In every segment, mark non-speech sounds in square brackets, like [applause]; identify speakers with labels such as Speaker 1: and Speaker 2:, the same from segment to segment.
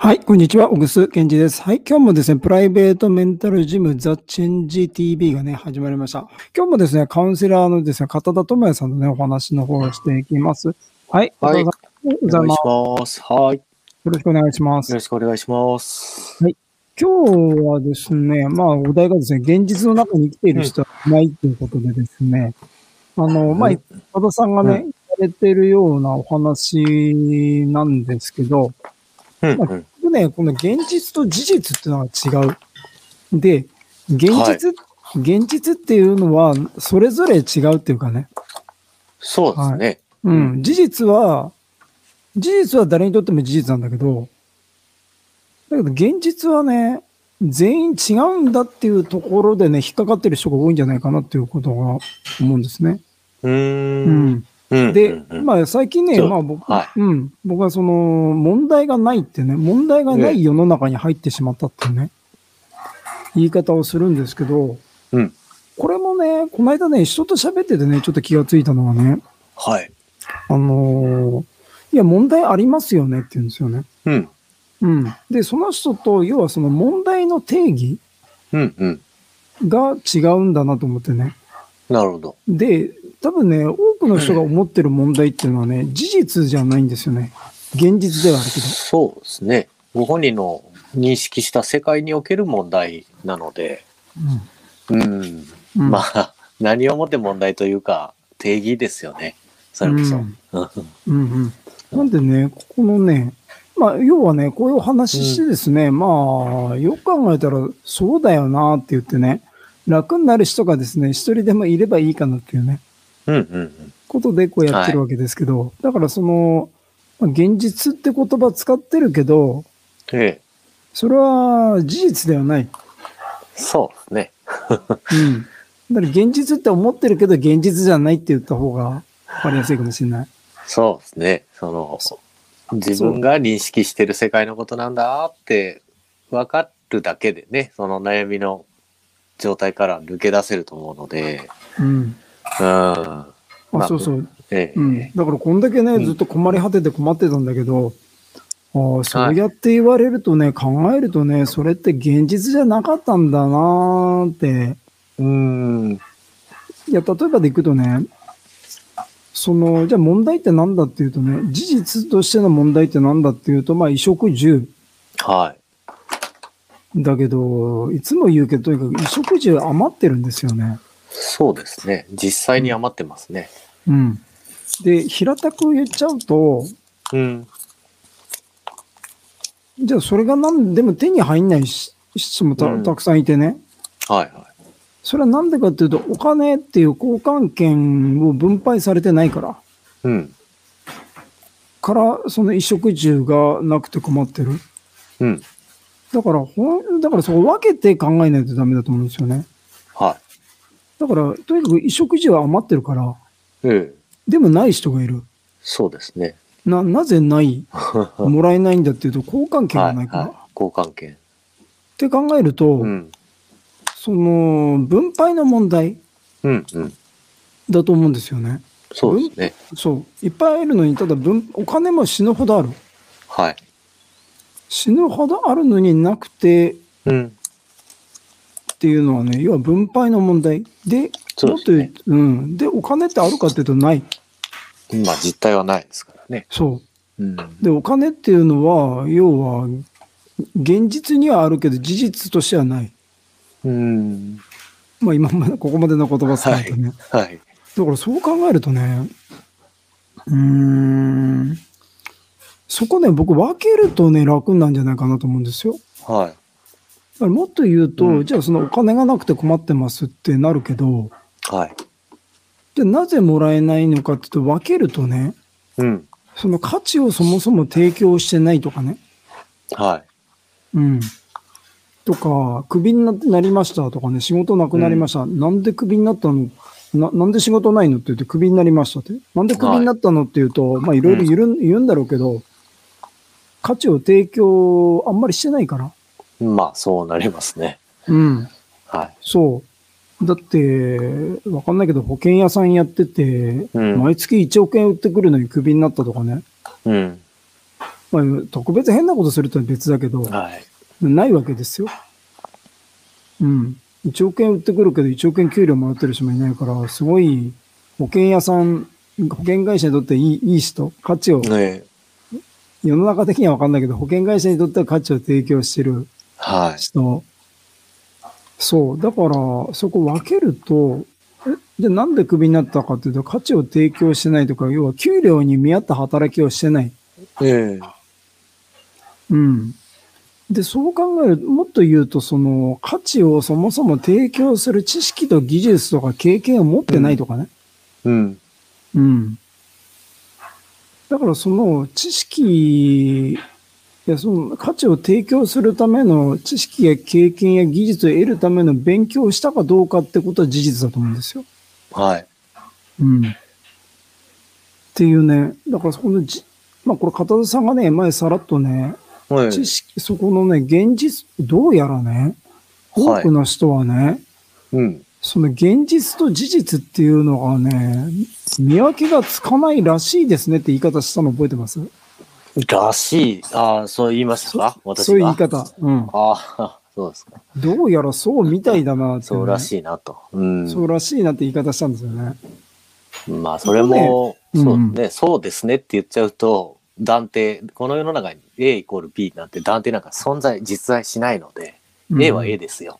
Speaker 1: はい、こんにちは。小楠健二です。はい、今日もですね、プライベートメンタルジムザ・チェンジ TV がね、始まりました。今日もですね、カウンセラーのですね、片田智也さんのね、お話の方をしていきます。はい、
Speaker 2: はい
Speaker 1: 片田さんおはようございま
Speaker 2: お願いし
Speaker 1: す。
Speaker 2: ます。はい。よ
Speaker 1: よろしくお願いします。
Speaker 2: ろしくお願いします。
Speaker 1: 今日はですね、まあ、お題がですね、現実の中に生きている人はいないということでですね、あの、まあ、
Speaker 2: うん
Speaker 1: 岡田さんがね、
Speaker 2: う
Speaker 1: 言われてるようなお話なんですけど、
Speaker 2: うん、うん。
Speaker 1: 僕ね、この現実と事実っていうのは違う。で、現実、
Speaker 2: はい
Speaker 1: 現実っていうのは、それぞれ違うっていうかね、
Speaker 2: そうですね。
Speaker 1: うん、事実は、事実は誰にとっても事実なんだけど、だけど現実はね、全員違うんだっていうところでね、引っかかってる人が多いんじゃないかなっていうことが思うんですね。
Speaker 2: うー。
Speaker 1: うんん。
Speaker 2: うん
Speaker 1: で、
Speaker 2: あ、
Speaker 1: まあ最近ね、
Speaker 2: そう
Speaker 1: まあ僕、
Speaker 2: は
Speaker 1: うん、僕はその、問題がないってね、問題がない世の中に入ってしまったっていうね、言い方をするんですけど、
Speaker 2: うん
Speaker 1: これもね、この間ね、人と喋っててね、ちょっと気がついたのはね、
Speaker 2: はい。
Speaker 1: あのーいや、問題ありますよねって言うんですよね。
Speaker 2: うん、
Speaker 1: うん。で、その人と、要はその問題の定義
Speaker 2: うん、うん。
Speaker 1: が違うんだなと思ってね。
Speaker 2: なるほど。
Speaker 1: で、多分ね、多くの人が思ってる問題っていうのはね、事実じゃないんですよね。現実ではあるけど。
Speaker 2: そうですね。ご本人の認識した世界における問題なので、うん。
Speaker 1: うん。うん
Speaker 2: まあ、何をもって問題というか、定義ですよね。それこそ。
Speaker 1: うんうんうん。なんでね、ここのね、まあ、要はね、こういうお話してですね、まあ、よく考えたら、そうだよなって言ってね、楽になる人がですね、一人でもいればいいかなっていうね、
Speaker 2: うん、うん、
Speaker 1: ことでこうやってるわけですけど、だからその、まあ現実って言葉使ってるけど、
Speaker 2: うん。ええ、
Speaker 1: それは事実ではない。
Speaker 2: そうですね。
Speaker 1: うん。だから現実って思ってるけど、現実じゃないって言った方が分かりやすいかもしれない。
Speaker 2: そうですね。その、自分が認識してる世界のことなんだって分かるだけでね、その悩みの状態から抜け出せると思うので、
Speaker 1: うん。
Speaker 2: うん。ま
Speaker 1: あ、
Speaker 2: あ
Speaker 1: そうそう。
Speaker 2: ええ
Speaker 1: うん、だからこんだけ
Speaker 2: う
Speaker 1: ね、
Speaker 2: ん
Speaker 1: ずっと困り果てて困ってたんだけど、ああそうやって言われるとね、考えるとね、それって現実じゃなかったんだなーって。
Speaker 2: うん。
Speaker 1: いや、例えばでいくとね、その、じゃあ問題って何だっていうとね、事実としての問題って何だっていうと、まあ、衣食住
Speaker 2: は
Speaker 1: だけど、いつも言うけど、とにかく衣食住余ってるんですよね。
Speaker 2: い。そうですね。実際に余ってますね。
Speaker 1: うん。で、平たく言っちゃうと、
Speaker 2: うん。
Speaker 1: じゃあそれが何でも手に入んないし人もた,、
Speaker 2: うん
Speaker 1: たくさんいてね。
Speaker 2: はいは
Speaker 1: それはなんでかっていうと、お金っていう交換権を分配されてないから。
Speaker 2: い。うん。
Speaker 1: から、その衣食住がなくて困ってる。
Speaker 2: うん。
Speaker 1: だから、ほん、だからそこ分けて考えないとダメだと思うんですよね。
Speaker 2: は
Speaker 1: だから、とにかく衣食住は余ってるから、
Speaker 2: い。ええ。
Speaker 1: でもない人がいる。
Speaker 2: そうですね。
Speaker 1: な、なぜない、
Speaker 2: は
Speaker 1: もらえないんだっていうと、交換
Speaker 2: い
Speaker 1: 権
Speaker 2: は
Speaker 1: が
Speaker 2: い
Speaker 1: ないから。。
Speaker 2: 交換権。
Speaker 1: って考えると、
Speaker 2: うん。
Speaker 1: その、分配の問題
Speaker 2: うんうん。
Speaker 1: だと思うんですよね。
Speaker 2: そうですね。
Speaker 1: そう。いっぱいいるのに、ただ分、お金も死ぬほどある。
Speaker 2: はい。
Speaker 1: 死ぬほどあるのになくてっ
Speaker 2: うん。
Speaker 1: ていうのはね、要は分配の問題。で、
Speaker 2: そう
Speaker 1: も
Speaker 2: で
Speaker 1: っと
Speaker 2: す
Speaker 1: 言う
Speaker 2: ね。
Speaker 1: と、うん。で、お金ってあるかっていうとない。
Speaker 2: まあ実態はないですからね。
Speaker 1: そ
Speaker 2: うん。
Speaker 1: う。で、お金っていうのは、要は、現実にはあるけど、事実としてはない。
Speaker 2: うん。
Speaker 1: まあ今まで、ここまでの言葉使うとね。
Speaker 2: はい。
Speaker 1: だからそう考えるとね、うーん。そこね、僕分けるとね、楽なんじゃないかなと思うんですよ。
Speaker 2: は
Speaker 1: だからもっと言うと、
Speaker 2: うん
Speaker 1: じゃあそのお金がなくて困ってますってなるけど、
Speaker 2: い。はい。
Speaker 1: で、なぜもらえないのかっていうと、分けるとね、
Speaker 2: うん。
Speaker 1: その価値をそもそも提供してないとかね、
Speaker 2: は
Speaker 1: うん。とか、クビにななりましたとかね、仕事なくなりました。なんでクビになったのななんで仕事ないのって言ってクビになりましたって。なんでクビになったのって言うと、まあいろいろ言うん言うんだろうけど、価値を提供あんまりしてないから。
Speaker 2: い。まあ、そうなりますね。
Speaker 1: うん。
Speaker 2: は
Speaker 1: そう。だって、わかんないけど、保険屋さんやってて、
Speaker 2: うん
Speaker 1: 毎月1億円売ってくるのにクビになったとかね。
Speaker 2: い。うん。
Speaker 1: まあ、特別変なことするとは別だけど、
Speaker 2: はい。
Speaker 1: ないわけですよ。うん。1億円売ってくるけど、1億円給料もらってる人もいないから、すごい保険屋さん、保険会社にとっていいいい人、価値を、
Speaker 2: ね
Speaker 1: 世の中的には分かんないけど、保険会社にとっては価値を提供してる
Speaker 2: はい。
Speaker 1: 人。そう。だから、そこ分けると、えじゃあなんでクビになったかっていうと、価値を提供してないとか、要は給料に見合った働きをしてない。
Speaker 2: ええ
Speaker 1: うん。で、そう考える、もっと言うと、その、価値をそもそも提供する知識と技術とか経験を持ってないとかね。
Speaker 2: うん。
Speaker 1: うん。だから、その、知識、いや、その、価値を提供するための知識や経験や技術を得るための勉強をしたかどうかってことは事実だと思うんですよ。
Speaker 2: はい。
Speaker 1: うん。っていうね。だから、そこのじ、まあ、これ、片田さんがね、前さらっとね、
Speaker 2: はい。
Speaker 1: 知識、そこのね、現実、どうやらね、多
Speaker 2: はい
Speaker 1: くの人はね、
Speaker 2: うん。
Speaker 1: その現実と事実っていうのがね、見分けがつかないらしいですねって言い方したの覚えてます
Speaker 2: らしい。ああ、そう言いましたか私が。
Speaker 1: そういう言い方。うん。
Speaker 2: ああ、そうですか。
Speaker 1: どうやらそうみたいだなって、
Speaker 2: そうら
Speaker 1: い、
Speaker 2: しいなと。うん。
Speaker 1: そうらしいなって言い方したんですよね。
Speaker 2: まあ、それも、
Speaker 1: うん
Speaker 2: そうね、そうですねって言っちゃうと、断定、この世の中に A イコール B なんて断定なんか存在、実在しないので、A は A
Speaker 1: で。
Speaker 2: ですよ。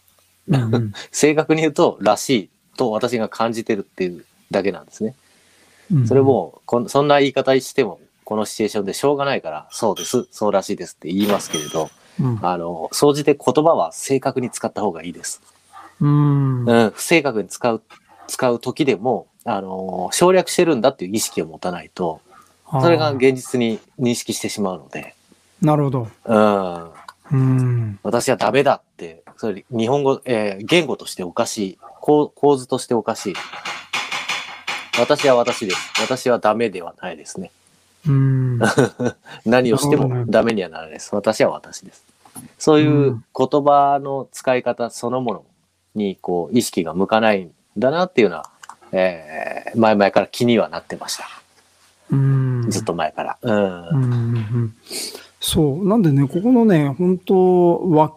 Speaker 1: うんうん
Speaker 2: 正確に言うと、らしいと私が感じてるっていうだけなんですね。
Speaker 1: うん
Speaker 2: それ、も、こんそんな言い方しても、このシチュエーションでしょうがないから、そうです、そうらしいですって言いますけれど、
Speaker 1: うん
Speaker 2: あの、総じて言葉は正確に使った方がいいです。
Speaker 1: うん。
Speaker 2: うん、不正確に使う、使う時でも、あの、省略してるんだっていう意識を持たないと、それが
Speaker 1: あー
Speaker 2: 現実に認識してしまうので、
Speaker 1: なるほど。
Speaker 2: うん、
Speaker 1: うん。
Speaker 2: 私はダメだって、それ日本語、えー言語としておかしい構、構図としておかしい。私は私です。私はダメではないですね。
Speaker 1: うん。
Speaker 2: 何をして
Speaker 1: なるほ
Speaker 2: も
Speaker 1: ど
Speaker 2: ダメにはならないです。私は私です。そういう言葉の使い方そのものにこう意識が向かないんだなっていうのは、えー前々から気にはなってました。
Speaker 1: うん
Speaker 2: [laughs] ずっと前から。うん。
Speaker 1: うんうんうんそう。なんでね、ここのね、本当は、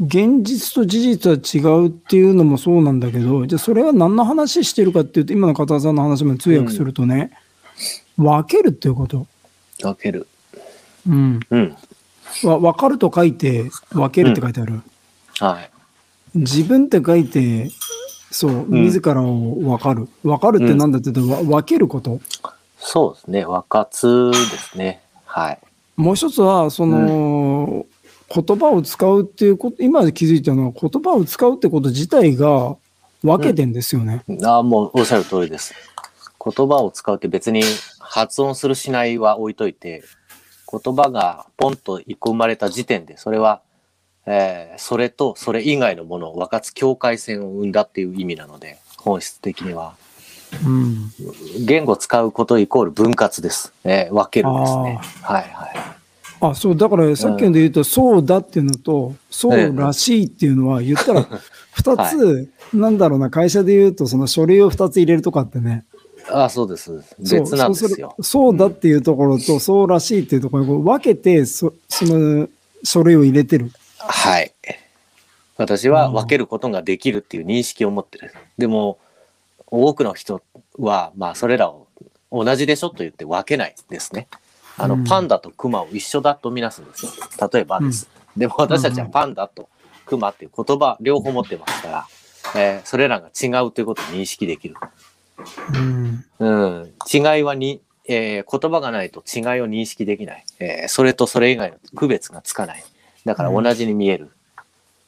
Speaker 1: 現実と事実は違うっていうのもそうなんだけど、じゃあそれは何の話してるかっていうと、今の片田さんの話も通訳するとね、分けるっていうこと。
Speaker 2: 分ける。
Speaker 1: うん。
Speaker 2: うん。
Speaker 1: わ分かると書いて、分けるって書いてある。
Speaker 2: はい。
Speaker 1: 自分って書いて、そう、
Speaker 2: ん
Speaker 1: 自らを分かる。分かるってなんだって言うと、わ分けること。
Speaker 2: そうですね。若津ですね。はい。
Speaker 1: もう一つは、その、言葉を使うっていうこと、今気づいたのは、言葉を使うってこと自体が分けてんですよね。
Speaker 2: ああ、もうおっしゃる通りです。言葉を使うって別に発音するしないは置いといて、言葉がポンと一個生まれた時点で、それは、えーそれとそれ以外のものを分かつ境界線を生んだっていう意味なので、本質的には。
Speaker 1: うん。
Speaker 2: 言語を使うことイコール分割です。えー分けるですね。はいは
Speaker 1: あ、そう、だからさっきので言うと、そうだっていうのと、そうらしいっていうのは、言った [laughs] ら、二つ、なんだろうな、会社で言うと、その書類を二つ入れるとかってね、
Speaker 2: い。ああ、そうです。
Speaker 1: そう
Speaker 2: 別なんです
Speaker 1: そ
Speaker 2: よ
Speaker 1: う。するそうだっていうところと、そうらしいっていうところにこう分けてそ、その書類を入れてる。
Speaker 2: はい。私は分けることができるっていう認識を持ってる。でも、多くの人は、まあ、それらを同じでしょと言って分けないですね。あの、
Speaker 1: うん
Speaker 2: パンダとクマを一緒だとみなすんですよ。例えばです。でも私たちはパンダとクマっていう言葉、両方持ってますから、えーそれらが違うということを認識できる。
Speaker 1: うん。
Speaker 2: うん、違いはに、えー言葉がないと違いを認識できない、えーそれとそれ以外の区別がつかない。だから同じに見える。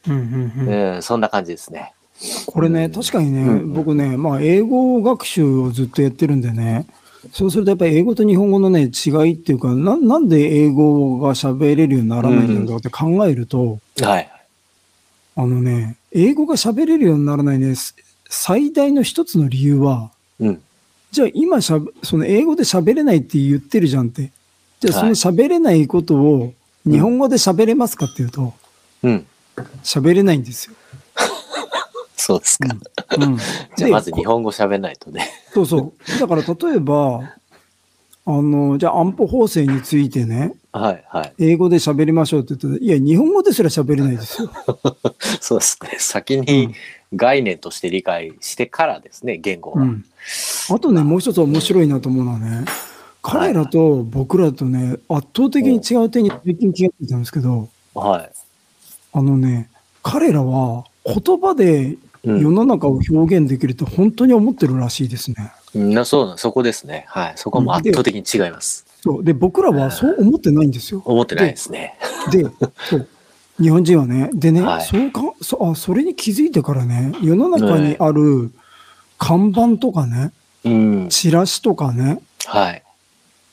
Speaker 1: うん、うん、うん。
Speaker 2: うん、そんな感じですね。
Speaker 1: これね、
Speaker 2: うん
Speaker 1: 確かにね、
Speaker 2: うん
Speaker 1: 僕ね、まあ、英語学習をずっとやってるんでね、そうするとやっぱり英語と日本語のね、違いっていうか、ななんで英語が喋れるようにならないんだろうって考えると、
Speaker 2: はい。
Speaker 1: あのね、英語が喋れるようにならないね、す最大の一つの理由は、
Speaker 2: うん。
Speaker 1: じゃあ今しゃべ、その英語で喋れないって言ってるじゃんって。じゃあそ
Speaker 2: は
Speaker 1: の
Speaker 2: い
Speaker 1: 喋れないことを日本語で喋れますかっていうと、
Speaker 2: うん。
Speaker 1: 喋れないんですよ。
Speaker 2: そうですか。
Speaker 1: うん。
Speaker 2: [laughs] じゃあ
Speaker 1: で
Speaker 2: まず日本語喋んないとね。 [laughs]
Speaker 1: そうそう。だから例えば、あの、じゃあ安保法制についてね、
Speaker 2: はいはい。
Speaker 1: 英語で喋りましょうって言ってたいや、日本語ですら喋れないですよ。
Speaker 2: そうです
Speaker 1: [laughs]
Speaker 2: ね。先に概念として理解してからですね、言語
Speaker 1: う
Speaker 2: は。
Speaker 1: ん。あとね、もう一つ面白いなと思うのはね、彼らと僕らとね、圧倒的に違う点に最近気がついたんですけど、
Speaker 2: は
Speaker 1: あのね、彼らは言葉で
Speaker 2: い。う
Speaker 1: 世
Speaker 2: ん
Speaker 1: の中を表現できると本当に思ってるらしいですね。
Speaker 2: な、そうなん、そこですね。はい。そこはもう圧倒的に違います。
Speaker 1: そう。で、僕らはそう思ってないんですよ。
Speaker 2: 思ってないですね。
Speaker 1: で、そう。日本人はね、でね、
Speaker 2: はい
Speaker 1: そうかそあ、それに気づいてからね、世の中にある看板とかね、
Speaker 2: うん。
Speaker 1: チラシとかね、
Speaker 2: はい。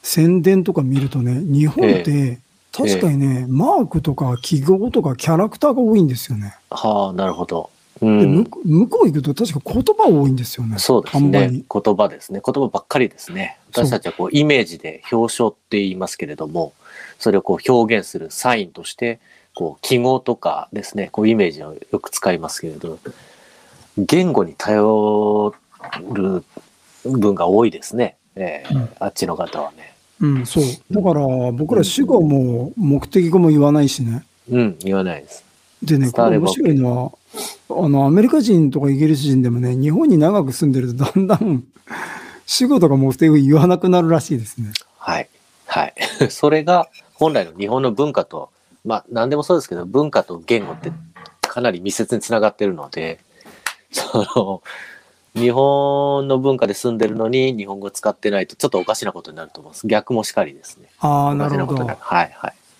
Speaker 1: 宣伝とか見るとね、日本って、確かにね、マークとか記号とかキャラクターが多いんですよね。
Speaker 2: はあ、なるほど。う
Speaker 1: で
Speaker 2: ん
Speaker 1: 向。こう向こう行くと確か言葉多いんですよね。
Speaker 2: そうです
Speaker 1: 看板
Speaker 2: ね。
Speaker 1: に。
Speaker 2: 言葉ですね。言葉ばっかりですね。
Speaker 1: そう
Speaker 2: 私たちはこうイメージで表彰って言いますけれども、それをこう表現するサインとして、こう記号とかですね、こうイメージをよく使いますけれど、言語に頼る分が多いですね。ええ
Speaker 1: うん
Speaker 2: あっちの方はね。
Speaker 1: うん、そう。だから僕ら主語も目的語も言わないしね。
Speaker 2: うん、言わないです。
Speaker 1: でね、こ
Speaker 2: 伝わ
Speaker 1: れ
Speaker 2: れば
Speaker 1: 面白いのは、あの、アメリカ人とかイギリス人でもね、日本に長く住んでるとだんだん主語とか目的語言わなくなるらしいですね。
Speaker 2: はい。はい。 [laughs] それが本来の日本の文化と、まあ何でもそうですけど、文化と言語ってかなり密接につながってるので、 [laughs] その、日本の文化で住んでるのに日本語使ってないとちょっとおかしなことになると思います。逆もしかりですね。
Speaker 1: ああ、なる
Speaker 2: 同じよう
Speaker 1: ほ
Speaker 2: こと
Speaker 1: ど。
Speaker 2: になるはいはい。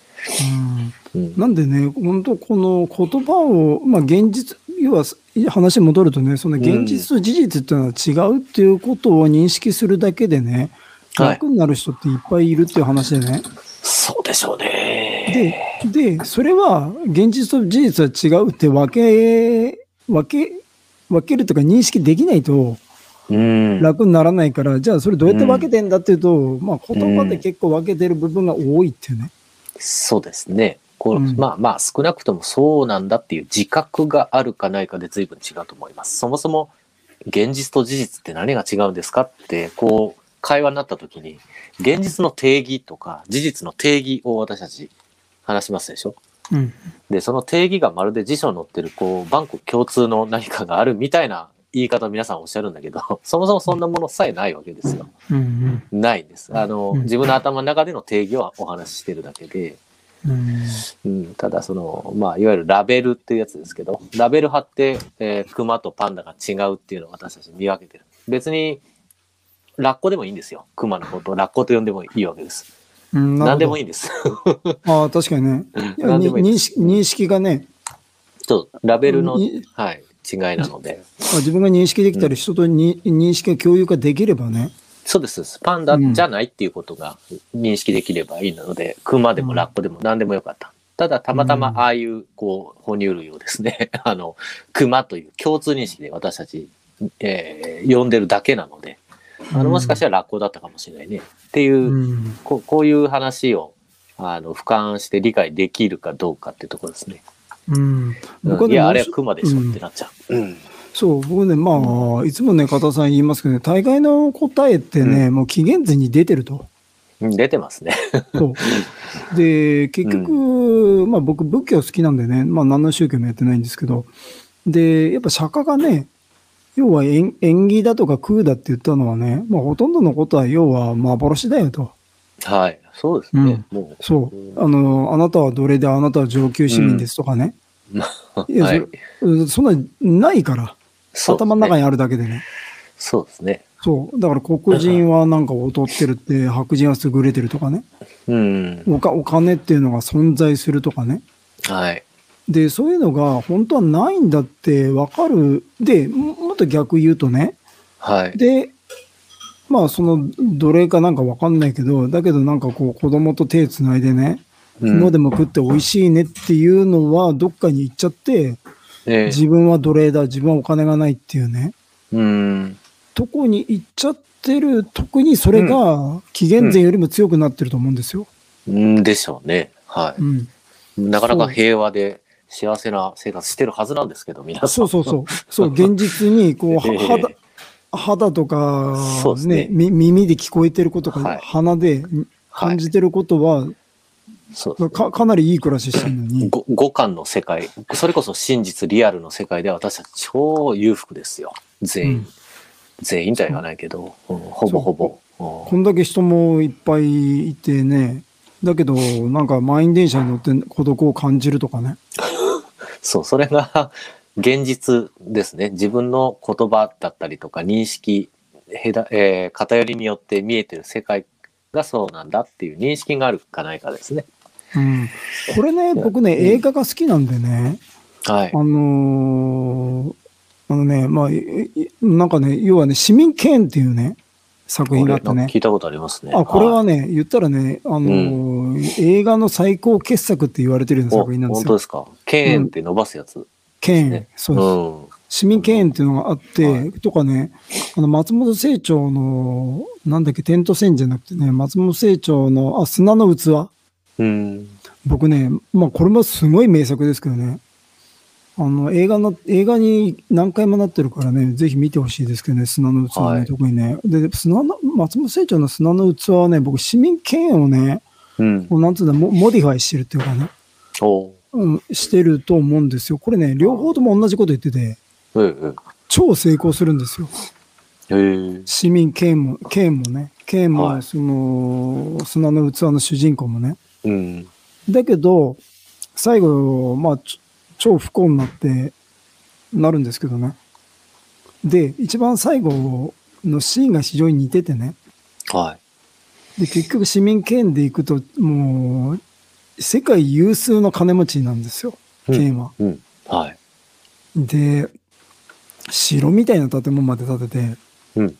Speaker 1: うん
Speaker 2: うん
Speaker 1: なんでね、本当この言葉を、まあ現実、要は話戻るとね、その現実と事実っていうのは違うっていうことを認識するだけでね、
Speaker 2: はい
Speaker 1: 楽になる人っていっぱいいるっていう話でね。
Speaker 2: そうでしょうね。
Speaker 1: で、で、それは現実と事実は違うって分け、分け、分けるとか認識できないと
Speaker 2: うん。
Speaker 1: 楽にならないから、じゃあそれどうやって分けてんだっていうと、まあ言葉で結構分けてる部分が多いっていうね。
Speaker 2: そうですね。こう
Speaker 1: うん
Speaker 2: まあまあ少なくともそうなんだっていう自覚があるかないかで随分違うと思います。そもそも現実と事実って何が違うんですかってこう会話になった時に現実の定義とか事実の定義を私たち話しますでしょ
Speaker 1: うん。
Speaker 2: でその定義がまるで辞書に載ってるこう万国共通の何かがあるみたいな言い方を皆さんおっしゃるんだけど [laughs] そもそもそんなものさえないわけですよ。
Speaker 1: うん
Speaker 2: ないんです。あの
Speaker 1: うん
Speaker 2: 自分の頭の中での定義をお話ししてるだけで。
Speaker 1: うん。うん。
Speaker 2: うん、ただその、まあ、いわゆるラベルっていうやつですけど、ラベル貼って、えー、熊とパンダが違うっていうのを私たち見分けてる。別に、ラッコでもいいんですよ。熊のことをラッコと呼んでもいいわけです。
Speaker 1: うん、
Speaker 2: 何でも
Speaker 1: いい。
Speaker 2: いいんです。 [laughs]
Speaker 1: ああ、確かにね。いや
Speaker 2: 何でもいい
Speaker 1: に
Speaker 2: で
Speaker 1: 認
Speaker 2: す
Speaker 1: 識。認識がね、
Speaker 2: そうラベルの、
Speaker 1: に
Speaker 2: はい、違いなので。
Speaker 1: あ自分が認識できたり、人とに、認識が共有ができればね。
Speaker 2: そうですそうです。パンダじゃないっていうことが認識できればいいので、熊でもラッコでも何でもよかった。ただ、たまたまああいう、こう、哺乳類をですね、 [laughs] あの、熊という共通認識で私たち、えー呼んでるだけなので、あの、もしかしたらラッコだったかもしれないね。っていう、
Speaker 1: うん。
Speaker 2: こうこういう話を、あの、俯瞰して理解できるかどうかっていうところですね。
Speaker 1: うん。僕は
Speaker 2: うんい
Speaker 1: ね
Speaker 2: や、
Speaker 1: も
Speaker 2: あ
Speaker 1: う
Speaker 2: れ
Speaker 1: 一
Speaker 2: は熊でしょ
Speaker 1: うん
Speaker 2: ってなっちゃう。うん。
Speaker 1: そう、僕ね、まあ、いつもね、片さん言いますけどね、大概の答えってね、もう紀元前に出てる
Speaker 2: [laughs]
Speaker 1: と。
Speaker 2: 出てますね。 [laughs]
Speaker 1: そうで、結局、まあ僕、仏教好きなんでね、まあ何の宗教もやってないんですけど、で、やっぱ釈迦がね、要は縁縁起だとか空だって言ったのはね、まあほとんどのことは要は幻だよと。
Speaker 2: はい。そうですね。も
Speaker 1: そう。あの、あなたは奴隷で、あなたは上級市民ですとかね。
Speaker 2: う。
Speaker 1: いやそ
Speaker 2: [laughs] は
Speaker 1: れ
Speaker 2: い。
Speaker 1: うんそんな、ないから。
Speaker 2: そうです
Speaker 1: 頭
Speaker 2: ね
Speaker 1: の中にあるだけでね。
Speaker 2: そうですね。
Speaker 1: そう。だから黒人はなんか劣ってるって、白人は優れてるとかね。
Speaker 2: うん。
Speaker 1: おかお金っていうのが存在するとかね。
Speaker 2: はい。
Speaker 1: で、そういうのが本当はないんだってわかる。で、ももっと逆言うとね。
Speaker 2: はい。
Speaker 1: で、まあその奴隷かなんかわかんないけど、だけどなんかこう子供と手つないでね、
Speaker 2: うん
Speaker 1: 芋でも食って美味しいねっていうのはどっかに行っちゃって、
Speaker 2: ええ
Speaker 1: 自分は奴隷だ、自分はお金がないっていうね。
Speaker 2: うん。
Speaker 1: とこに行っちゃってる、特にそれが紀元前よりも強くなってると思うんですよ。
Speaker 2: うんでしょうね。は
Speaker 1: うん。
Speaker 2: い。なかなか平和で幸せな生活してるはずなんですけど、皆さん。 [laughs]
Speaker 1: そうそうそう。そう、現実に、こう、は
Speaker 2: ええ
Speaker 1: 肌、肌とか、
Speaker 2: そうですね
Speaker 1: み耳で聞こえてることか、
Speaker 2: はい
Speaker 1: 鼻で
Speaker 2: は
Speaker 1: 感
Speaker 2: い。
Speaker 1: じてることは、
Speaker 2: そうですね
Speaker 1: かかなりいい暮らししてるのに、
Speaker 2: ご五感の世界、それこそ真実、リアルの世界では私たち超裕福ですよ。全員。
Speaker 1: うん
Speaker 2: 全員とは言わないけど、うんほぼほぼ。うん
Speaker 1: こんだけ人もいっぱいいてね、だけど、なんか満員電車に乗って孤独を感じるとかね。
Speaker 2: そう、それが [laughs] 現実ですね。自分の言葉だったりとか認識、へだえー偏りによって見えてる世界がそうなんだっていう認識があるかないかですね。
Speaker 1: うん、これね、僕ね、
Speaker 2: うん
Speaker 1: 映画が好きなんでね、
Speaker 2: はい
Speaker 1: あ。のーあのね、まあ、いいなんかね、要はね、市民権っていうね、作品があって
Speaker 2: これ
Speaker 1: ね
Speaker 2: な。聞いたことありますね。
Speaker 1: あ、これはいね、言ったらね、あのー映画の最高傑作って言われてるような
Speaker 2: お
Speaker 1: 作品なんで
Speaker 2: 本
Speaker 1: す
Speaker 2: 当
Speaker 1: よ
Speaker 2: で。すか。ケーンって伸ばすやつ。
Speaker 1: ケーン
Speaker 2: ね、
Speaker 1: そう
Speaker 2: う
Speaker 1: です。市
Speaker 2: ん。
Speaker 1: 民権っていうのがあって、
Speaker 2: は
Speaker 1: とかね、あの、松本清張の、なんだっけ、テント戦じゃなくてね、松本清張の、あ、砂の器。
Speaker 2: うん。
Speaker 1: 僕ね、まあ、これもすごい名作ですけどね、あの、映画な、映画に何回もなってるからね、ぜひ見てほしいですけどね、砂の器はね、
Speaker 2: はい
Speaker 1: 特にね。で、砂の、松本清張の砂の器はね、僕、市民権をね、
Speaker 2: うん。
Speaker 1: こうなんつうんだ、モモディファイしてるっていうかね、
Speaker 2: おう。
Speaker 1: うん、してると思うんですよ。これね、両方とも同じこと言ってて、
Speaker 2: うん
Speaker 1: 超成功するんですよ。
Speaker 2: うん。へえ。
Speaker 1: 市民権も、権もね、権
Speaker 2: は
Speaker 1: も、
Speaker 2: い
Speaker 1: その、砂の器の主人公もね、
Speaker 2: うん。
Speaker 1: だけど、最後、まあ、ちょ超不幸になって、なるんですけどね。で、一番最後のシーンが非常に似ててね。
Speaker 2: はい。
Speaker 1: で、結局市民権で行くと、もう、世界有数の金持ちなんですよ、
Speaker 2: うん
Speaker 1: 県は。
Speaker 2: うん。はい。
Speaker 1: で、城みたいな建物まで建てて、
Speaker 2: うん。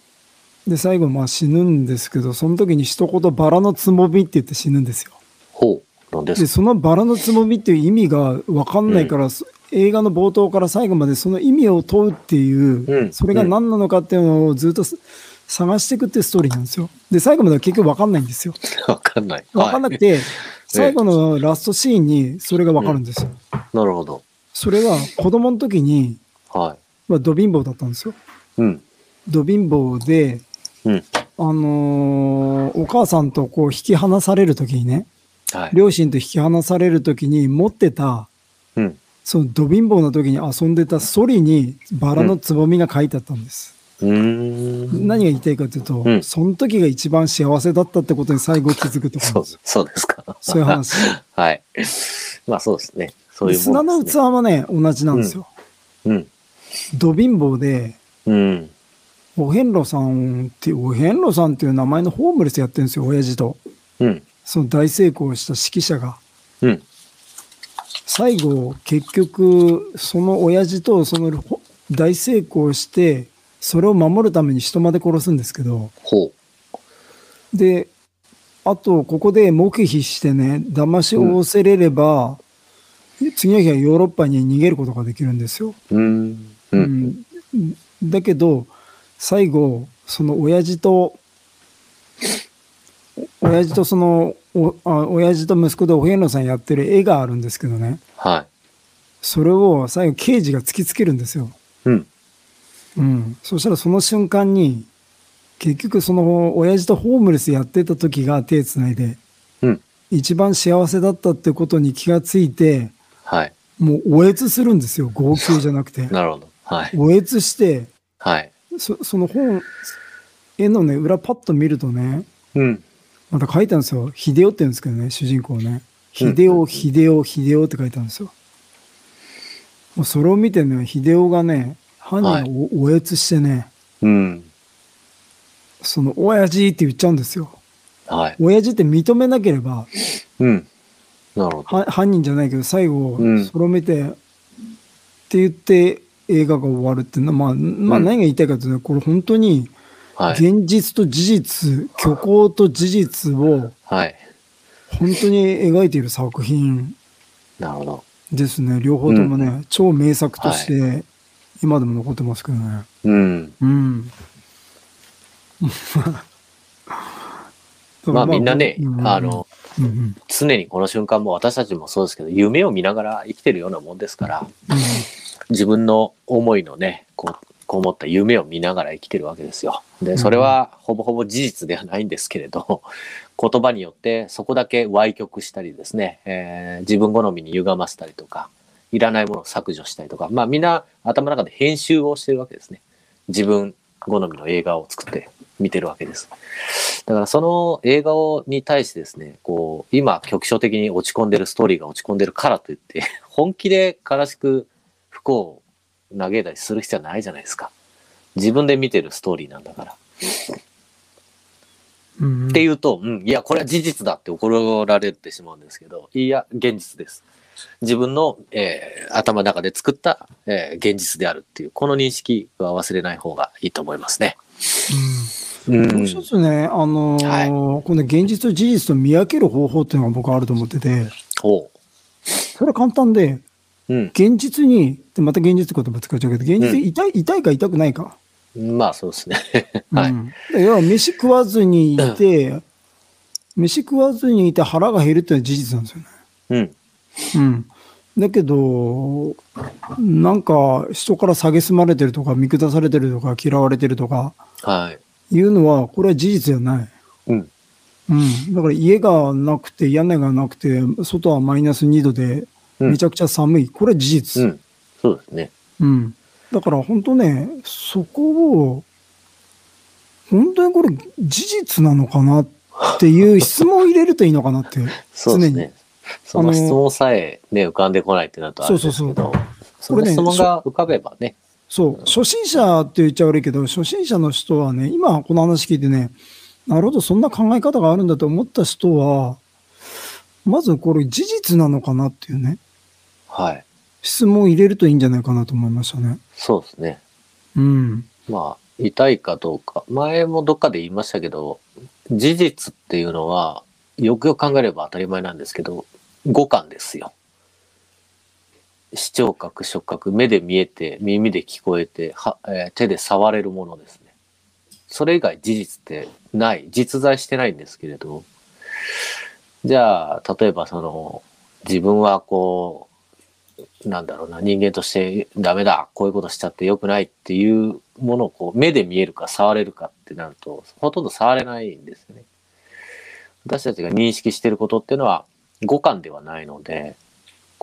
Speaker 1: で、最後、まあ死ぬんですけど、その時に一言、バラのつぼみって言って死ぬんですよ。
Speaker 2: ほう。なんです
Speaker 1: で、
Speaker 2: か
Speaker 1: そのバラのつぼみっていう意味がわかんないから、そ映画の冒頭から最後までその意味を問うっていう、
Speaker 2: うん
Speaker 1: それが何なのかっていうのをずっとす探していくっていうストーリーなんですよ。で、最後までは結局わかんないんですよ。
Speaker 2: [laughs] わかんない。
Speaker 1: わかんなくて、最後のラストシーンにそれがわかるんですよ。
Speaker 2: なるほど。
Speaker 1: それは子供の時に、
Speaker 2: は
Speaker 1: まあ、ド貧乏だったんですよ。
Speaker 2: い。うん。
Speaker 1: ド貧乏で、
Speaker 2: うん。
Speaker 1: あのーお母さんとこう引き離される時にね、
Speaker 2: はい。
Speaker 1: 両親と引き離される時に持ってた、
Speaker 2: うん。
Speaker 1: そのド貧乏の時に遊んでたソリにバラのつぼみが書いてあったんです。
Speaker 2: うーん。
Speaker 1: 何が言いたいかというと、
Speaker 2: うん
Speaker 1: その時が一番幸せだったってことに最後気づくとか
Speaker 2: そ
Speaker 1: なん
Speaker 2: う
Speaker 1: ですよ、
Speaker 2: そうですか。
Speaker 1: そういう話。
Speaker 2: [laughs] はい。まあそうですね。そう
Speaker 1: で
Speaker 2: いうも
Speaker 1: 砂
Speaker 2: ん
Speaker 1: の
Speaker 2: で
Speaker 1: 器
Speaker 2: すね。
Speaker 1: はね、同じなんですよ。
Speaker 2: うん。
Speaker 1: ド貧乏で、
Speaker 2: うん。
Speaker 1: お遍路さんって、お遍路さんっていう名前のホームレスやってるんですよ、親父と。
Speaker 2: うん。
Speaker 1: その大成功した指揮者が。
Speaker 2: うん。
Speaker 1: 最後、結局、その親父とそのほ大成功して、それを守るために人まで殺すんですけど、
Speaker 2: ほ
Speaker 1: で、あと、ここで黙秘してね、騙しをせれれば、次の日はヨーロッパに逃げることができるんですよ。
Speaker 2: う。うん。うん。
Speaker 1: うんだけど、最後、その親父と、お親父とその、おあ親父と息子でお遍路さんやってる絵があるんですけどね、
Speaker 2: は
Speaker 1: それを最後刑事が突きつけるんですよ。
Speaker 2: い。うん。
Speaker 1: うん。そしたらその瞬間に、結局その親父とホームレスやってた時が手つないで、
Speaker 2: うん。
Speaker 1: 一番幸せだったってことに気がついて、
Speaker 2: はい。
Speaker 1: もうおえつするんですよ。号泣じゃなくて。
Speaker 2: [laughs] なるほど。はい。
Speaker 1: おえつして、
Speaker 2: はい。
Speaker 1: そその本、絵のね、裏パッと見るとね、
Speaker 2: うん。
Speaker 1: また書いてあるんですよ。秀夫って言うんですけどね、主人公ね。秀夫、秀夫、秀夫って書いてあるんですよ。もうそれを見てね、秀夫がね、犯人がお,、おえつしてね、
Speaker 2: うん。
Speaker 1: その、親父って言っちゃうんですよ。
Speaker 2: はい。
Speaker 1: 親父って認めなければ、
Speaker 2: うん。なるほど。
Speaker 1: は犯人じゃないけど最後
Speaker 2: うん
Speaker 1: それを見て、って言って映画が終わるってな、まあ、まあ
Speaker 2: うん
Speaker 1: 何が言いたいかというとこれ本当に
Speaker 2: はい。
Speaker 1: 現実と事実、虚構と事実を
Speaker 2: はい。
Speaker 1: 本当に描いている作品
Speaker 2: なるほど。
Speaker 1: ですね両方ともね、超名作として今でも残ってますけどね
Speaker 2: うん。 [laughs]
Speaker 1: うん。
Speaker 2: まあみんなね、
Speaker 1: うん
Speaker 2: あの、
Speaker 1: うんうんうん
Speaker 2: 常にこの瞬間も私たちもそうですけど、夢を見ながら生きてるようなもんですから、自分の思いのね、こう、こもった夢を見ながら生きてるわけですよ。で、それはほぼほぼ事実ではないんですけれど、 [laughs] 言葉によってそこだけ歪曲したりですね、えー自分好みに歪ませたりとか、いらないものを削除したりとか、まあみんな頭の中で編集をしてるわけですね。自分好みの映画を作って見てるわけです。だからその映画をに対してですね、こう、今局所的に落ち込んでるストーリーが落ち込んでるからといって、 [laughs] 本気で悲しく不幸を嘆いたりする必要はないじゃないですか。自分で見てるストーリーなんだから。
Speaker 1: うん
Speaker 2: って言うと、うん、いや、これは事実だって怒られてしまうんですけど、いや、現実です。自分の、えー頭の中で作った、えー現実であるっていう、この認識は忘れない方がいいと思いますね。う。
Speaker 1: もうん一つね、あのー
Speaker 2: はい
Speaker 1: この現実と事実と見分ける方法っていうのが僕はあると思ってて、
Speaker 2: ほ
Speaker 1: それは簡単で、
Speaker 2: う。うん。
Speaker 1: 現実に、でまた現実って言葉使っちゃうけど、現実に痛い,、痛いか痛くないか。
Speaker 2: まあ、そうですね。 [laughs] はい
Speaker 1: うん、で要は飯食わずにいて、飯食わずにいて腹が減るっていうのは事実なんですよね。
Speaker 2: うん。
Speaker 1: うん、だけど、なんか人から蔑まれてるとか、見下されてるとか、嫌われてるとか
Speaker 2: はい。
Speaker 1: いうのは、これは事実じゃない。
Speaker 2: うん。
Speaker 1: うん、だから家がなくて、屋根がなくて、外はマイナス2度で、
Speaker 2: うん
Speaker 1: めちゃくちゃ寒い、これは事
Speaker 2: う
Speaker 1: 実、
Speaker 2: ん。そうですね。
Speaker 1: うんだから本当ね、そこを、本当にこれ、事実なのかなっていう質問を入れるといいのかな
Speaker 2: [laughs]
Speaker 1: って、
Speaker 2: そうですね。その質問さえね、浮かんでこないってなるとあれですけど、
Speaker 1: そうそう
Speaker 2: その質問が浮かべばね、
Speaker 1: そう、初心者って言っちゃ悪いけど、初心者の人はね、今この話聞いてね、なるほど、そんな考え方があるんだと思った人は、まずこれ事実なのかなっていうね、
Speaker 2: はい。
Speaker 1: 質問を入れるといいんじゃないかなと思いましたね。
Speaker 2: そうですね。
Speaker 1: うん。
Speaker 2: まあ、痛いかどうか。前もどっかで言いましたけど、事実っていうのは、よくよく考えれば当たり前なんですけど、五感ですよ。視聴覚、触覚、目で見えて、耳で聞こえて、はえー手で触れるものですね。それ以外事実ってない、実在してないんですけれど、じゃあ、例えばその、自分はこう、なんだろうな、人間としてダメだ、こういうことしちゃって良くないっていうものをこう、目で見えるか触れるかってなると、ほとんど触れないんですよね。私たちが認識していることっていうのは、五感ではないので、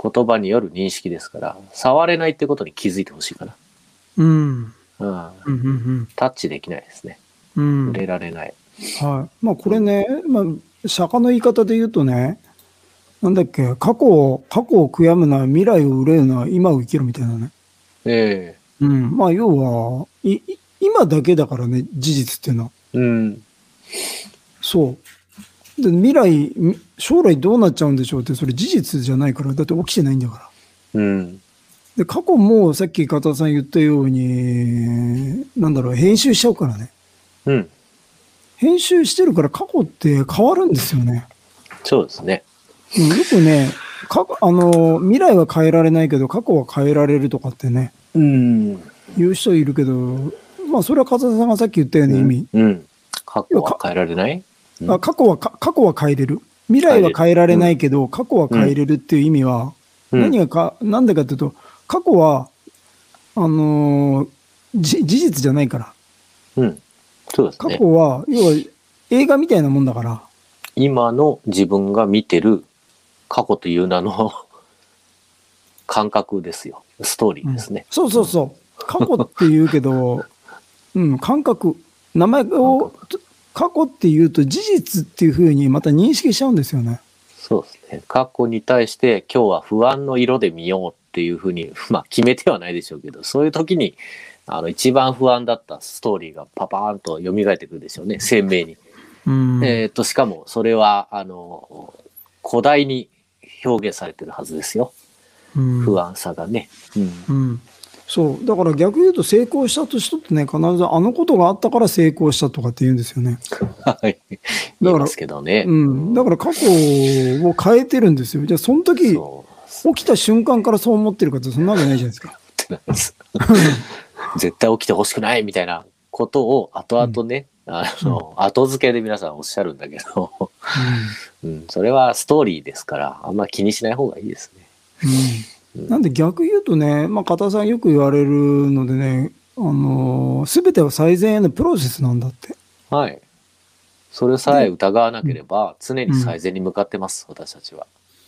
Speaker 2: 言葉による認識ですから、触れないってことに気づいてほしいかな。
Speaker 1: うん。
Speaker 2: うん。
Speaker 1: うんうん
Speaker 2: タッチできないですね。
Speaker 1: うん。うん
Speaker 2: 触。れられない。
Speaker 1: はい。まあこれね、まあ、釈迦の言い方で言うとね、なんだっけ、過去を、過去を悔やむなら未来を憂うなら今を生きるみたいなね。
Speaker 2: え
Speaker 1: うん。まあ要は、い、い今だけだからね、事実っていうのは。
Speaker 2: えうん。
Speaker 1: そう。で、未来、み将来どうなっちゃうんでしょうって、それ事実じゃないから、だって起きてないんだから。
Speaker 2: うん。
Speaker 1: で、過去もさっき片田さん言ったように、なんだろう、編集しちゃうからね。
Speaker 2: うん。
Speaker 1: 編集してるから過去って変わるんですよね。
Speaker 2: そうですね。
Speaker 1: うんよくね、過去あの、未来は変えられないけど、過去は変えられるとかってね、
Speaker 2: うん。
Speaker 1: 言う人いるけど、まあ、それは風田さんがさっき言ったような意味。
Speaker 2: うん。過去は変えられないうん
Speaker 1: あ過去はか、過去は変えれる。未来は変えられないけど、過去は変えれるっていう意味は、
Speaker 2: うん
Speaker 1: 何がか、なんでかっていうと、過去は、あのーじ事実じゃないから。
Speaker 2: うん。そうです
Speaker 1: 過
Speaker 2: ね。
Speaker 1: 去は、要は映画みたいなもんだから。
Speaker 2: 今の自分が見てる過去という名の [laughs] 感覚ですよ。ストーリーですね。
Speaker 1: そうそうそう。過去って言うけ
Speaker 2: [laughs]
Speaker 1: ど、うん、感覚。名前を、過去って言うと事実っていうふうにまた認識しちゃうんですよね。
Speaker 2: そうですね。過去に対して今日は不安の色で見ようっていうふうに、 [laughs] まあ決めてはないでしょうけど、そういう時に、あの一番不安だったストーリーがパパーンと蘇ってくるでしょうね。鮮明に。
Speaker 1: うん。
Speaker 2: えーっと、しかもそれは、あの、古代に表現されてるはずですよ。
Speaker 1: うん
Speaker 2: 不安さがね。うん。
Speaker 1: うん、そうだから逆に言うと成功したと人ってね必ずあのことがあったから成功したとかって言うんですよね、
Speaker 2: はい。 [laughs] 言いますけどね。
Speaker 1: うん、だから過去を変えてるんですよじゃあその時
Speaker 2: そう。
Speaker 1: 起きた瞬間からそう思ってるかってそんなわけないじゃないです
Speaker 2: [laughs]
Speaker 1: か
Speaker 2: ってなります。絶対起きてほしくないみたいなことを後々ね、あの、後付けで皆さんおっしゃるんだけど、うん、それはストーリーですから、あんま気にしない方がいいですね。
Speaker 1: うん、うん、なんで逆言うとねまあ片田さんよく言われるのでねあのー、全ては最善へのプロセスなんだって。
Speaker 2: はい。それさえ疑わなければ、常に最善に向かってます、私たちは。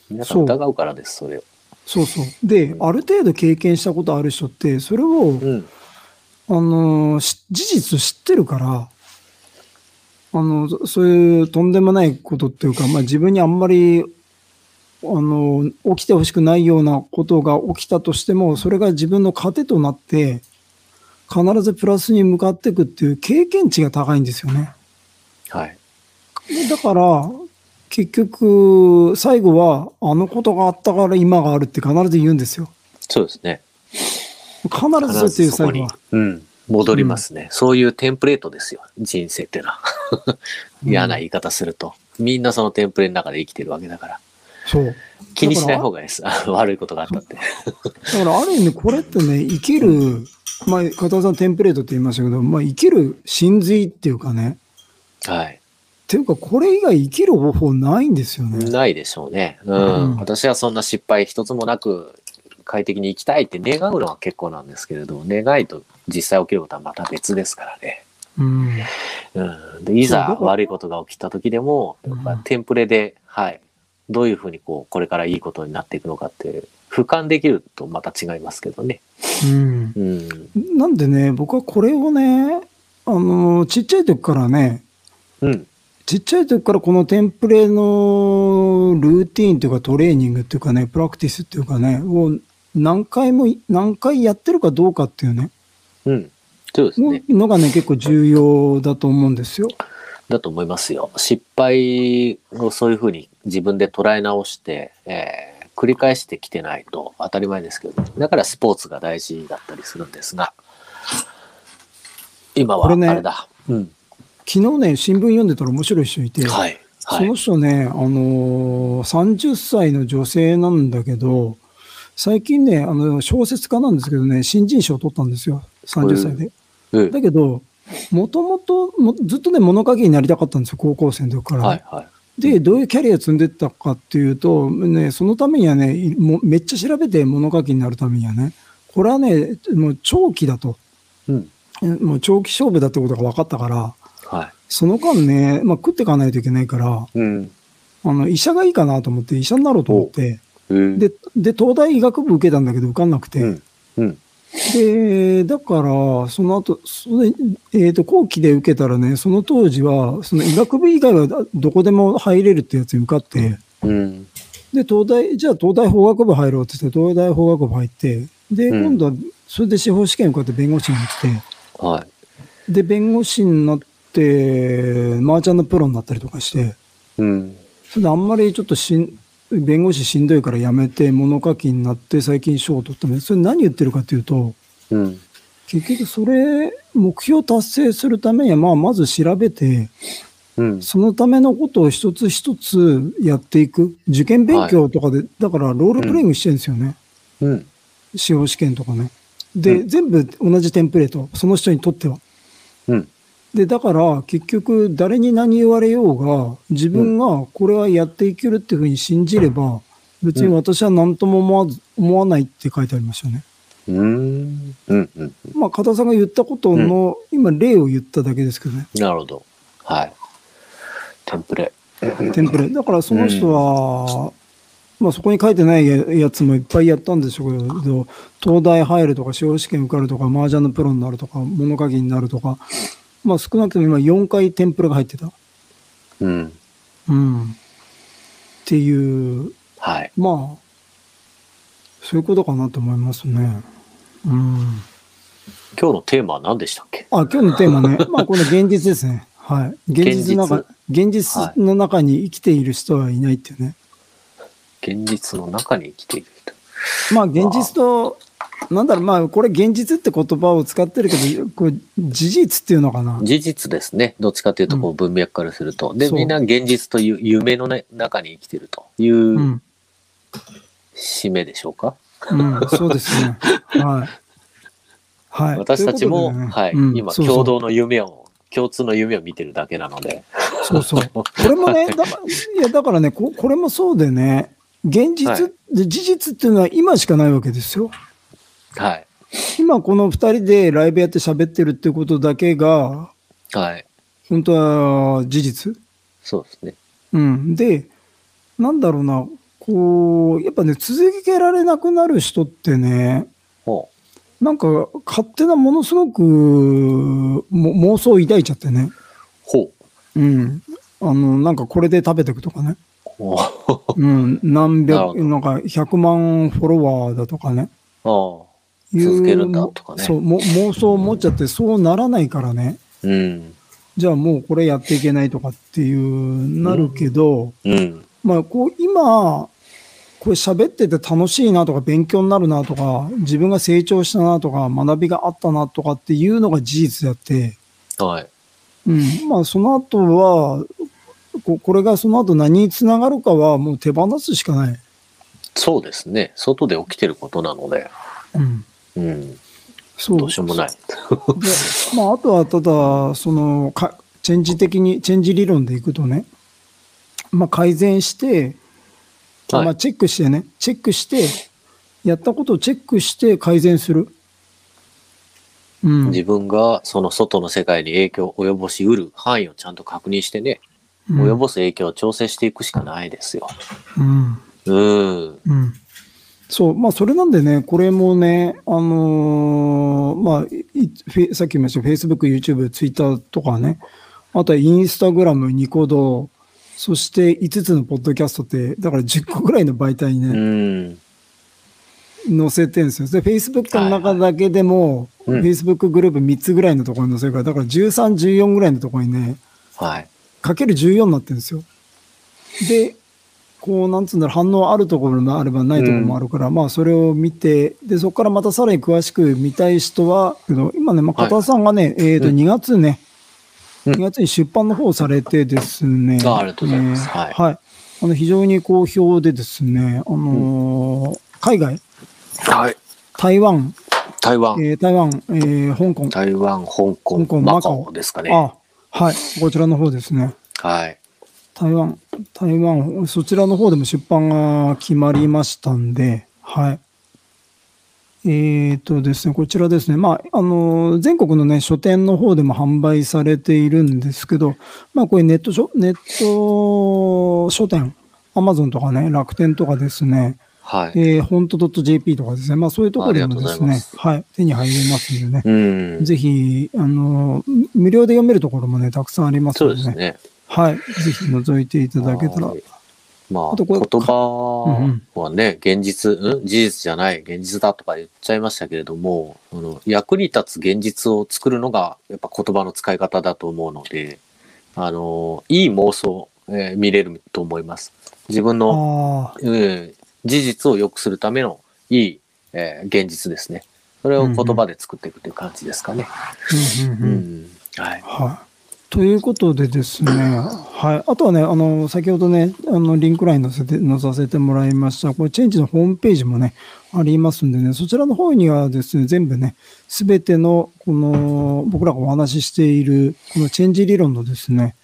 Speaker 2: 皆さん
Speaker 1: そう
Speaker 2: 疑うからです、それを。
Speaker 1: そうそう。で、ある程度経験したことある人って、それを、
Speaker 2: うん。
Speaker 1: あのー、し事実知ってるから、あの、そそういうとんでもないことっていうか、まあ自分にあんまり、あの、起きてほしくないようなことが起きたとしても、それが自分の糧となって、必ずプラスに向かっていくっていう経験値が高いんですよね。
Speaker 2: はい。
Speaker 1: でだから、結局、最後は、あのことがあったから今があるって必ず言うんですよ。
Speaker 2: そうですね。
Speaker 1: 必
Speaker 2: 必
Speaker 1: ずっていう
Speaker 2: ずそ
Speaker 1: 最後
Speaker 2: こに
Speaker 1: は。、
Speaker 2: うん、戻りますね、そういうテンプレートですよ。人生ってのは。嫌な言い方すると。みんなそのテンプレの中で生きてるわけだから。
Speaker 1: そう。
Speaker 2: 気にしない方がいいです。 [laughs] あの悪いことがあったって。
Speaker 1: だからある意味これってね、生きる、まあ、片田さんテンプレートって言いましたけど、まあ、生きる真髄っていうかね、
Speaker 2: はい。
Speaker 1: っていうかこれ以外生きる方法ないんですよね。
Speaker 2: ないでしょうね。う
Speaker 1: うん
Speaker 2: ん。私はそんな失敗一つもなく快適に生きたいって願うのは結構なんですけれど、願いと実際起きることはまた別ですからね。
Speaker 1: うん。
Speaker 2: うん、でい
Speaker 1: そうだ
Speaker 2: ざ
Speaker 1: から
Speaker 2: 悪いことが起きた時でも、
Speaker 1: うん
Speaker 2: やっぱテンプレで、はい、どういうふうにこうこれからいいことになっていくのかって俯瞰できるとまた違いますけどね。
Speaker 1: うん。
Speaker 2: うん、
Speaker 1: なんでね、僕はこれをね、あの、ちっちゃい時からね、
Speaker 2: うん、
Speaker 1: ちっちゃい時からこのテンプレのルーティーンというかトレーニングっていうかね、プラクティスっていうかね、を何回も、何回やってるかどうかっていうね、
Speaker 2: うん、そうですね。
Speaker 1: のがね、結構重要だと思うんですよ。
Speaker 2: だと思いますよ。失敗をそういうふうに自分で捉え直して、えー繰り返してきてないと当たり前ですけど、だからスポーツが大事だったりするんですが、今は
Speaker 1: こ
Speaker 2: あ
Speaker 1: れね
Speaker 2: れだ。うん、
Speaker 1: 昨日ね、新聞読んでたら面白い人いて、
Speaker 2: はい、は
Speaker 1: その
Speaker 2: い、
Speaker 1: 人ね、あのー30歳の女性なんだけど、最近ね、あの、小説家なんですけどね、新人賞を取ったんですよ。30歳で。
Speaker 2: うん、
Speaker 1: だけど、もともと、もずっとね、物書きになりたかったんですよ、高校生の時からね、
Speaker 2: はい、はい。
Speaker 1: で、どういうキャリア積んでったかっていうと、ね、そのためにはね、いもうめっちゃ調べて物書きになるためにはね、これはね、もう長期だと。
Speaker 2: うん、
Speaker 1: もう長期勝負だってことが分かったから、
Speaker 2: は
Speaker 1: その間ね、まあ、食っていかないといけないから、
Speaker 2: い。うん
Speaker 1: あの、医者がいいかなと思って、医者になろうと思って、
Speaker 2: うん
Speaker 1: で、で、東大医学部受けたんだけど受かんなくて、
Speaker 2: うん。うん。
Speaker 1: で、だから、その後、それえっ、と、後期で受けたらね、その当時は、その医学部以外はだどこでも入れるってやつに受かって、
Speaker 2: うん。
Speaker 1: で、東大、じゃあ東大法学部入ろうって言って、東大法学部入って、で、
Speaker 2: うん
Speaker 1: 今度は、それで司法試験受かって弁護士になって、
Speaker 2: はい。
Speaker 1: で、弁護士になって、麻雀のプロになったりとかして、
Speaker 2: うん。
Speaker 1: それであんまりちょっとしん、弁護士しんどいから辞めて、物書きになって、最近賞を取ったのそれ何言ってるかっていうと、
Speaker 2: うん。
Speaker 1: 結局それ、目標達成するためには、まあ、まず調べて、
Speaker 2: うん。
Speaker 1: そのためのことを一つ一つやっていく。受験勉強とかで、だからロールプレイングしてるんですよね。
Speaker 2: うん。
Speaker 1: 司法試験とかね。で、
Speaker 2: うん
Speaker 1: 全部同じテンプレート、その人にとっては。
Speaker 2: うん。
Speaker 1: で、だから結局誰に何言われようが、自分がこれはやっていけるっていうふうに信じれば、別に私は何とも思わず思わないって書いてありましたね。
Speaker 2: うん。うん。うん。
Speaker 1: まあ、片田さんが言ったことの、今例を言っただけですけどね。
Speaker 2: なるほど。はい。テンプレ。
Speaker 1: テンプレ。だからその人は、まあそこに書いてないやつもいっぱいやったんでしょうけど、東大入るとか、司法試験受かるとか、麻雀のプロになるとか、物書きになるとか、まあ少なくとも今4回テンプレが入ってた。
Speaker 2: うん。
Speaker 1: うん。っていう、
Speaker 2: はい。
Speaker 1: まあ、そういうことかなと思いますね。うん。
Speaker 2: 今日のテーマは何でしたっけ
Speaker 1: あ、今日のテーマ
Speaker 2: [laughs]
Speaker 1: ね。まあ、この現実ですね。はい。現実の中、現実の中に生きている人はいないっていうね。
Speaker 2: 現実の中に生きている人。
Speaker 1: まあ、現実と、なんだろう、まあ、これ現実って言葉を使ってるけど、こう、事実っていうのかな。
Speaker 2: 事実ですね。どっちかというと、こう文脈からすると。で、
Speaker 1: そう。
Speaker 2: みんな現実という夢の、ね、中に生きているといううん締めでしょうか、
Speaker 1: うん、そうですね。はい。はい。
Speaker 2: 私たち
Speaker 1: という
Speaker 2: も、
Speaker 1: ことでね
Speaker 2: はい、
Speaker 1: うん
Speaker 2: 今、
Speaker 1: そうそう
Speaker 2: 共同の夢を、共通の夢を見てるだけなので。
Speaker 1: そうそう。これもね、だから、いや、だからね、ここれもそうでね、現実、
Speaker 2: はい
Speaker 1: で事実っていうのは今しかないわけですよ。
Speaker 2: はい。
Speaker 1: 今この二人でライブやって喋ってるってことだけが、
Speaker 2: はい。
Speaker 1: 本当は事実
Speaker 2: そうですね。
Speaker 1: うん。で、なんだろうな、こう、やっぱね、続けられなくなる人ってね、
Speaker 2: ほ
Speaker 1: なんか勝手なものすごくも妄想を抱いちゃってね。
Speaker 2: う。ほう。
Speaker 1: うん。あの、なんかこれで食べていくとかね。
Speaker 2: ほう。
Speaker 1: うん。何
Speaker 2: なるほ
Speaker 1: 百、
Speaker 2: ど
Speaker 1: なんか100万フォロワーだとかね。
Speaker 2: あ
Speaker 1: いう
Speaker 2: 続けるんだとかね
Speaker 1: そう、も妄想を持っちゃってそうならないからね。
Speaker 2: あ。うん。
Speaker 1: じゃあもうこれやっていけないとかっていう、なるけど、
Speaker 2: うん。
Speaker 1: まあ、こう、今、これ喋ってて楽しいなとか、勉強になるなとか、自分が成長したなとか、学びがあったなとかっていうのが事実であって、
Speaker 2: はい。
Speaker 1: うん。まあ、その後は、ここれがその後何につながるかはもう手放すしかない。
Speaker 2: そうですね。外で起きてることなので、
Speaker 1: うん。
Speaker 2: うん。
Speaker 1: そう。
Speaker 2: どうしようもない。
Speaker 1: でまあ、あとはただ、その、かチェンジ的に、チェンジ理論でいくとね、まあ、改善して、
Speaker 2: はい
Speaker 1: まあ、チェックしてね、チェックして、やったことをチェックして改善する。うん。
Speaker 2: 自分がその外の世界に影響を及ぼしうる範囲をちゃんと確認してね、
Speaker 1: うん
Speaker 2: 及ぼす影響を調整していくしかないですよ。
Speaker 1: うん。
Speaker 2: うん。
Speaker 1: うん。そう、まあ、それなんでね、これもね、あのーまあいいフェ、さっきも言いましたけど Facebook、YouTube、Twitter とかね、あとは Instagram、ニコ動、そして5つのポッドキャストって、だから10個ぐらいの媒体に
Speaker 2: う
Speaker 1: ね、
Speaker 2: ん。
Speaker 1: 載せてるんですよ。で、Facebook の中だけでも、
Speaker 2: はいはいうん
Speaker 1: Facebook グループ3つぐらいのところに載せるから、だから13、14ぐらいのところにね、
Speaker 2: はい。
Speaker 1: かける14になってるんですよ。で、こう、なんつうんだろう、反応あるところもあればないところもあるから、まあ、それを見て、で、そこからまたさらに詳しく見たい人は、けど今ね、まあ、
Speaker 2: はい
Speaker 1: 片田さんがね、えっ、と、
Speaker 2: うん
Speaker 1: 2月ね、
Speaker 2: うん
Speaker 1: 2月に出版の方をされてですね。
Speaker 2: あありがとうございます
Speaker 1: えー
Speaker 2: はい
Speaker 1: はい。あの、非常に好評でですね、あのー海外、
Speaker 2: はい。
Speaker 1: 台湾、
Speaker 2: 台湾、
Speaker 1: えー台湾、えー香港、
Speaker 2: 台湾、香港、
Speaker 1: 香港
Speaker 2: マ
Speaker 1: マカ
Speaker 2: カ
Speaker 1: オ
Speaker 2: オですかね。
Speaker 1: あ、はい、こちらの方ですね。
Speaker 2: はい。
Speaker 1: 台湾、台湾、そちらの方でも出版が決まりましたんで、はい。えっ、とですね、こちらですね、まあ、あの、全国のね、書店の方でも販売されているんですけど、まあ、これネット書、ネット書店、アマゾンとかね、楽天とかですね、
Speaker 2: はい。
Speaker 1: えー、ほんと .jp とかですね、まあ、そういうところでもです
Speaker 2: ありがとうございま
Speaker 1: ね、
Speaker 2: す
Speaker 1: はい、手に入りますんでね、
Speaker 2: うん。
Speaker 1: ぜひ、あの、無料で読めるところもね、たくさんあります
Speaker 2: そ
Speaker 1: の
Speaker 2: うですね。
Speaker 1: はい。ぜひ覗いていただけたら
Speaker 2: は。いまあ、
Speaker 1: あとこれ
Speaker 2: 言葉はね、現実、うん、事実じゃない、現実だとか言っちゃいましたけれども、あの役に立つ現実を作るのが、やっぱ言葉の使い方だと思うので、あの、いい妄想、えー見れると思います。自分の、
Speaker 1: ああ、
Speaker 2: うん、事実を良くするためのいい、えー現実ですね。それを言葉で作っていくという感じですかね。
Speaker 1: うんうんうん。
Speaker 2: うんはい。
Speaker 1: はい。ということでですね、はい。あとはね、あの、先ほどね、あの、リンクライン載せて、載させてもらいました。これ、チェンジのホームページもね、ありますんでね、そちらの方にはですね、全部ね、すべての、この、僕らがお話ししている、このチェンジ理論のですね、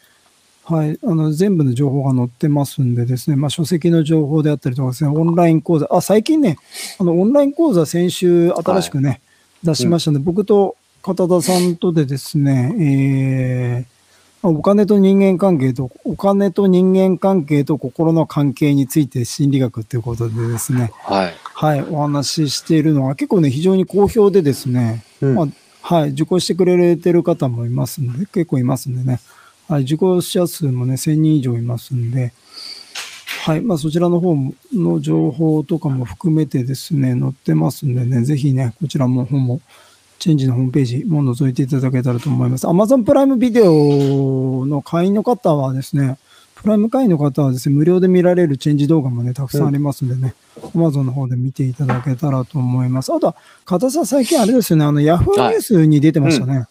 Speaker 1: はい、あの、全部の情報が載ってますんでですね、まあ、書籍の情報であったりとかですね、オンライン講座、あ、最近ね、あの、オンライン講座先週新しくね、出しましたね。僕と片田さんとでですね、えー、お金と人間関係と、お金と人間関係と心の関係について心理学ということでですね、
Speaker 2: はい。
Speaker 1: はい、お話ししているのは結構ね、非常に好評でですね、
Speaker 2: うん
Speaker 1: まあ、はい、受講してくれてる方もいますんで、結構いますんでね、はい、受講者数もね、1000人以上いますんで、はい、まあ、そちらの方の情報とかも含めてですね、載ってますんでね、ぜひね、こちらも本も、チェンジのホームページも覗いていただけたらと思います。Amazon プライムビデオの会員の方はですね、プライム会員の方はですね、無料で見られるチェンジ動画もね、たくさんありますんでね、Amazon の方で見ていただけたらと思います。あとは、片さん最近あれですよね、あの、Yahoo ニュースに出てましたね。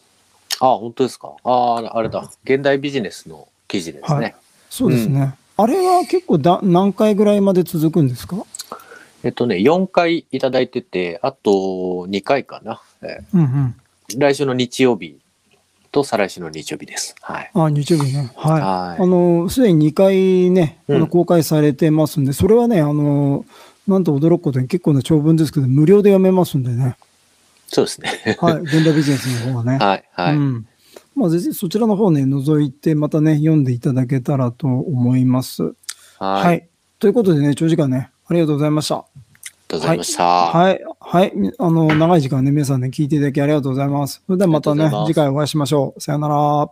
Speaker 2: あ、本当ですか。ああ、あれだ。現代ビジネスの記事ですね。
Speaker 1: はいそうですね。あれは結構だ何回ぐらいまで続くんですか
Speaker 2: えっとね、4回いただいてて、あと2回かな。え
Speaker 1: うんうん。
Speaker 2: ー来週の日曜日と再来週の日曜日です。はい。
Speaker 1: あ、日曜日ね。はい。
Speaker 2: はい
Speaker 1: あの、すでに2回ね、あ
Speaker 2: う
Speaker 1: の
Speaker 2: ん
Speaker 1: 公開されてますんで、それはね、あの、なんと驚くことに結構な長文ですけど、無料で読めますんでね。
Speaker 2: そうですね。 [laughs]
Speaker 1: はい、現代ビジネスの方 [laughs] はね。
Speaker 2: はい、はい。
Speaker 1: うん。まあ、ぜひそちらの方ね、覗いて、またね、読んでいただけたらと思います。はい。
Speaker 2: はい。ありが
Speaker 1: ということでね、長時間ね、ありがとうございました。
Speaker 2: とうございました。
Speaker 1: はい。はい。みあの、長い時間ね、皆さんね、聞いていただきありがとうございます。それではまた
Speaker 2: あ
Speaker 1: ね
Speaker 2: りがとうございま、す
Speaker 1: 次回お会いしましょう。さよなら。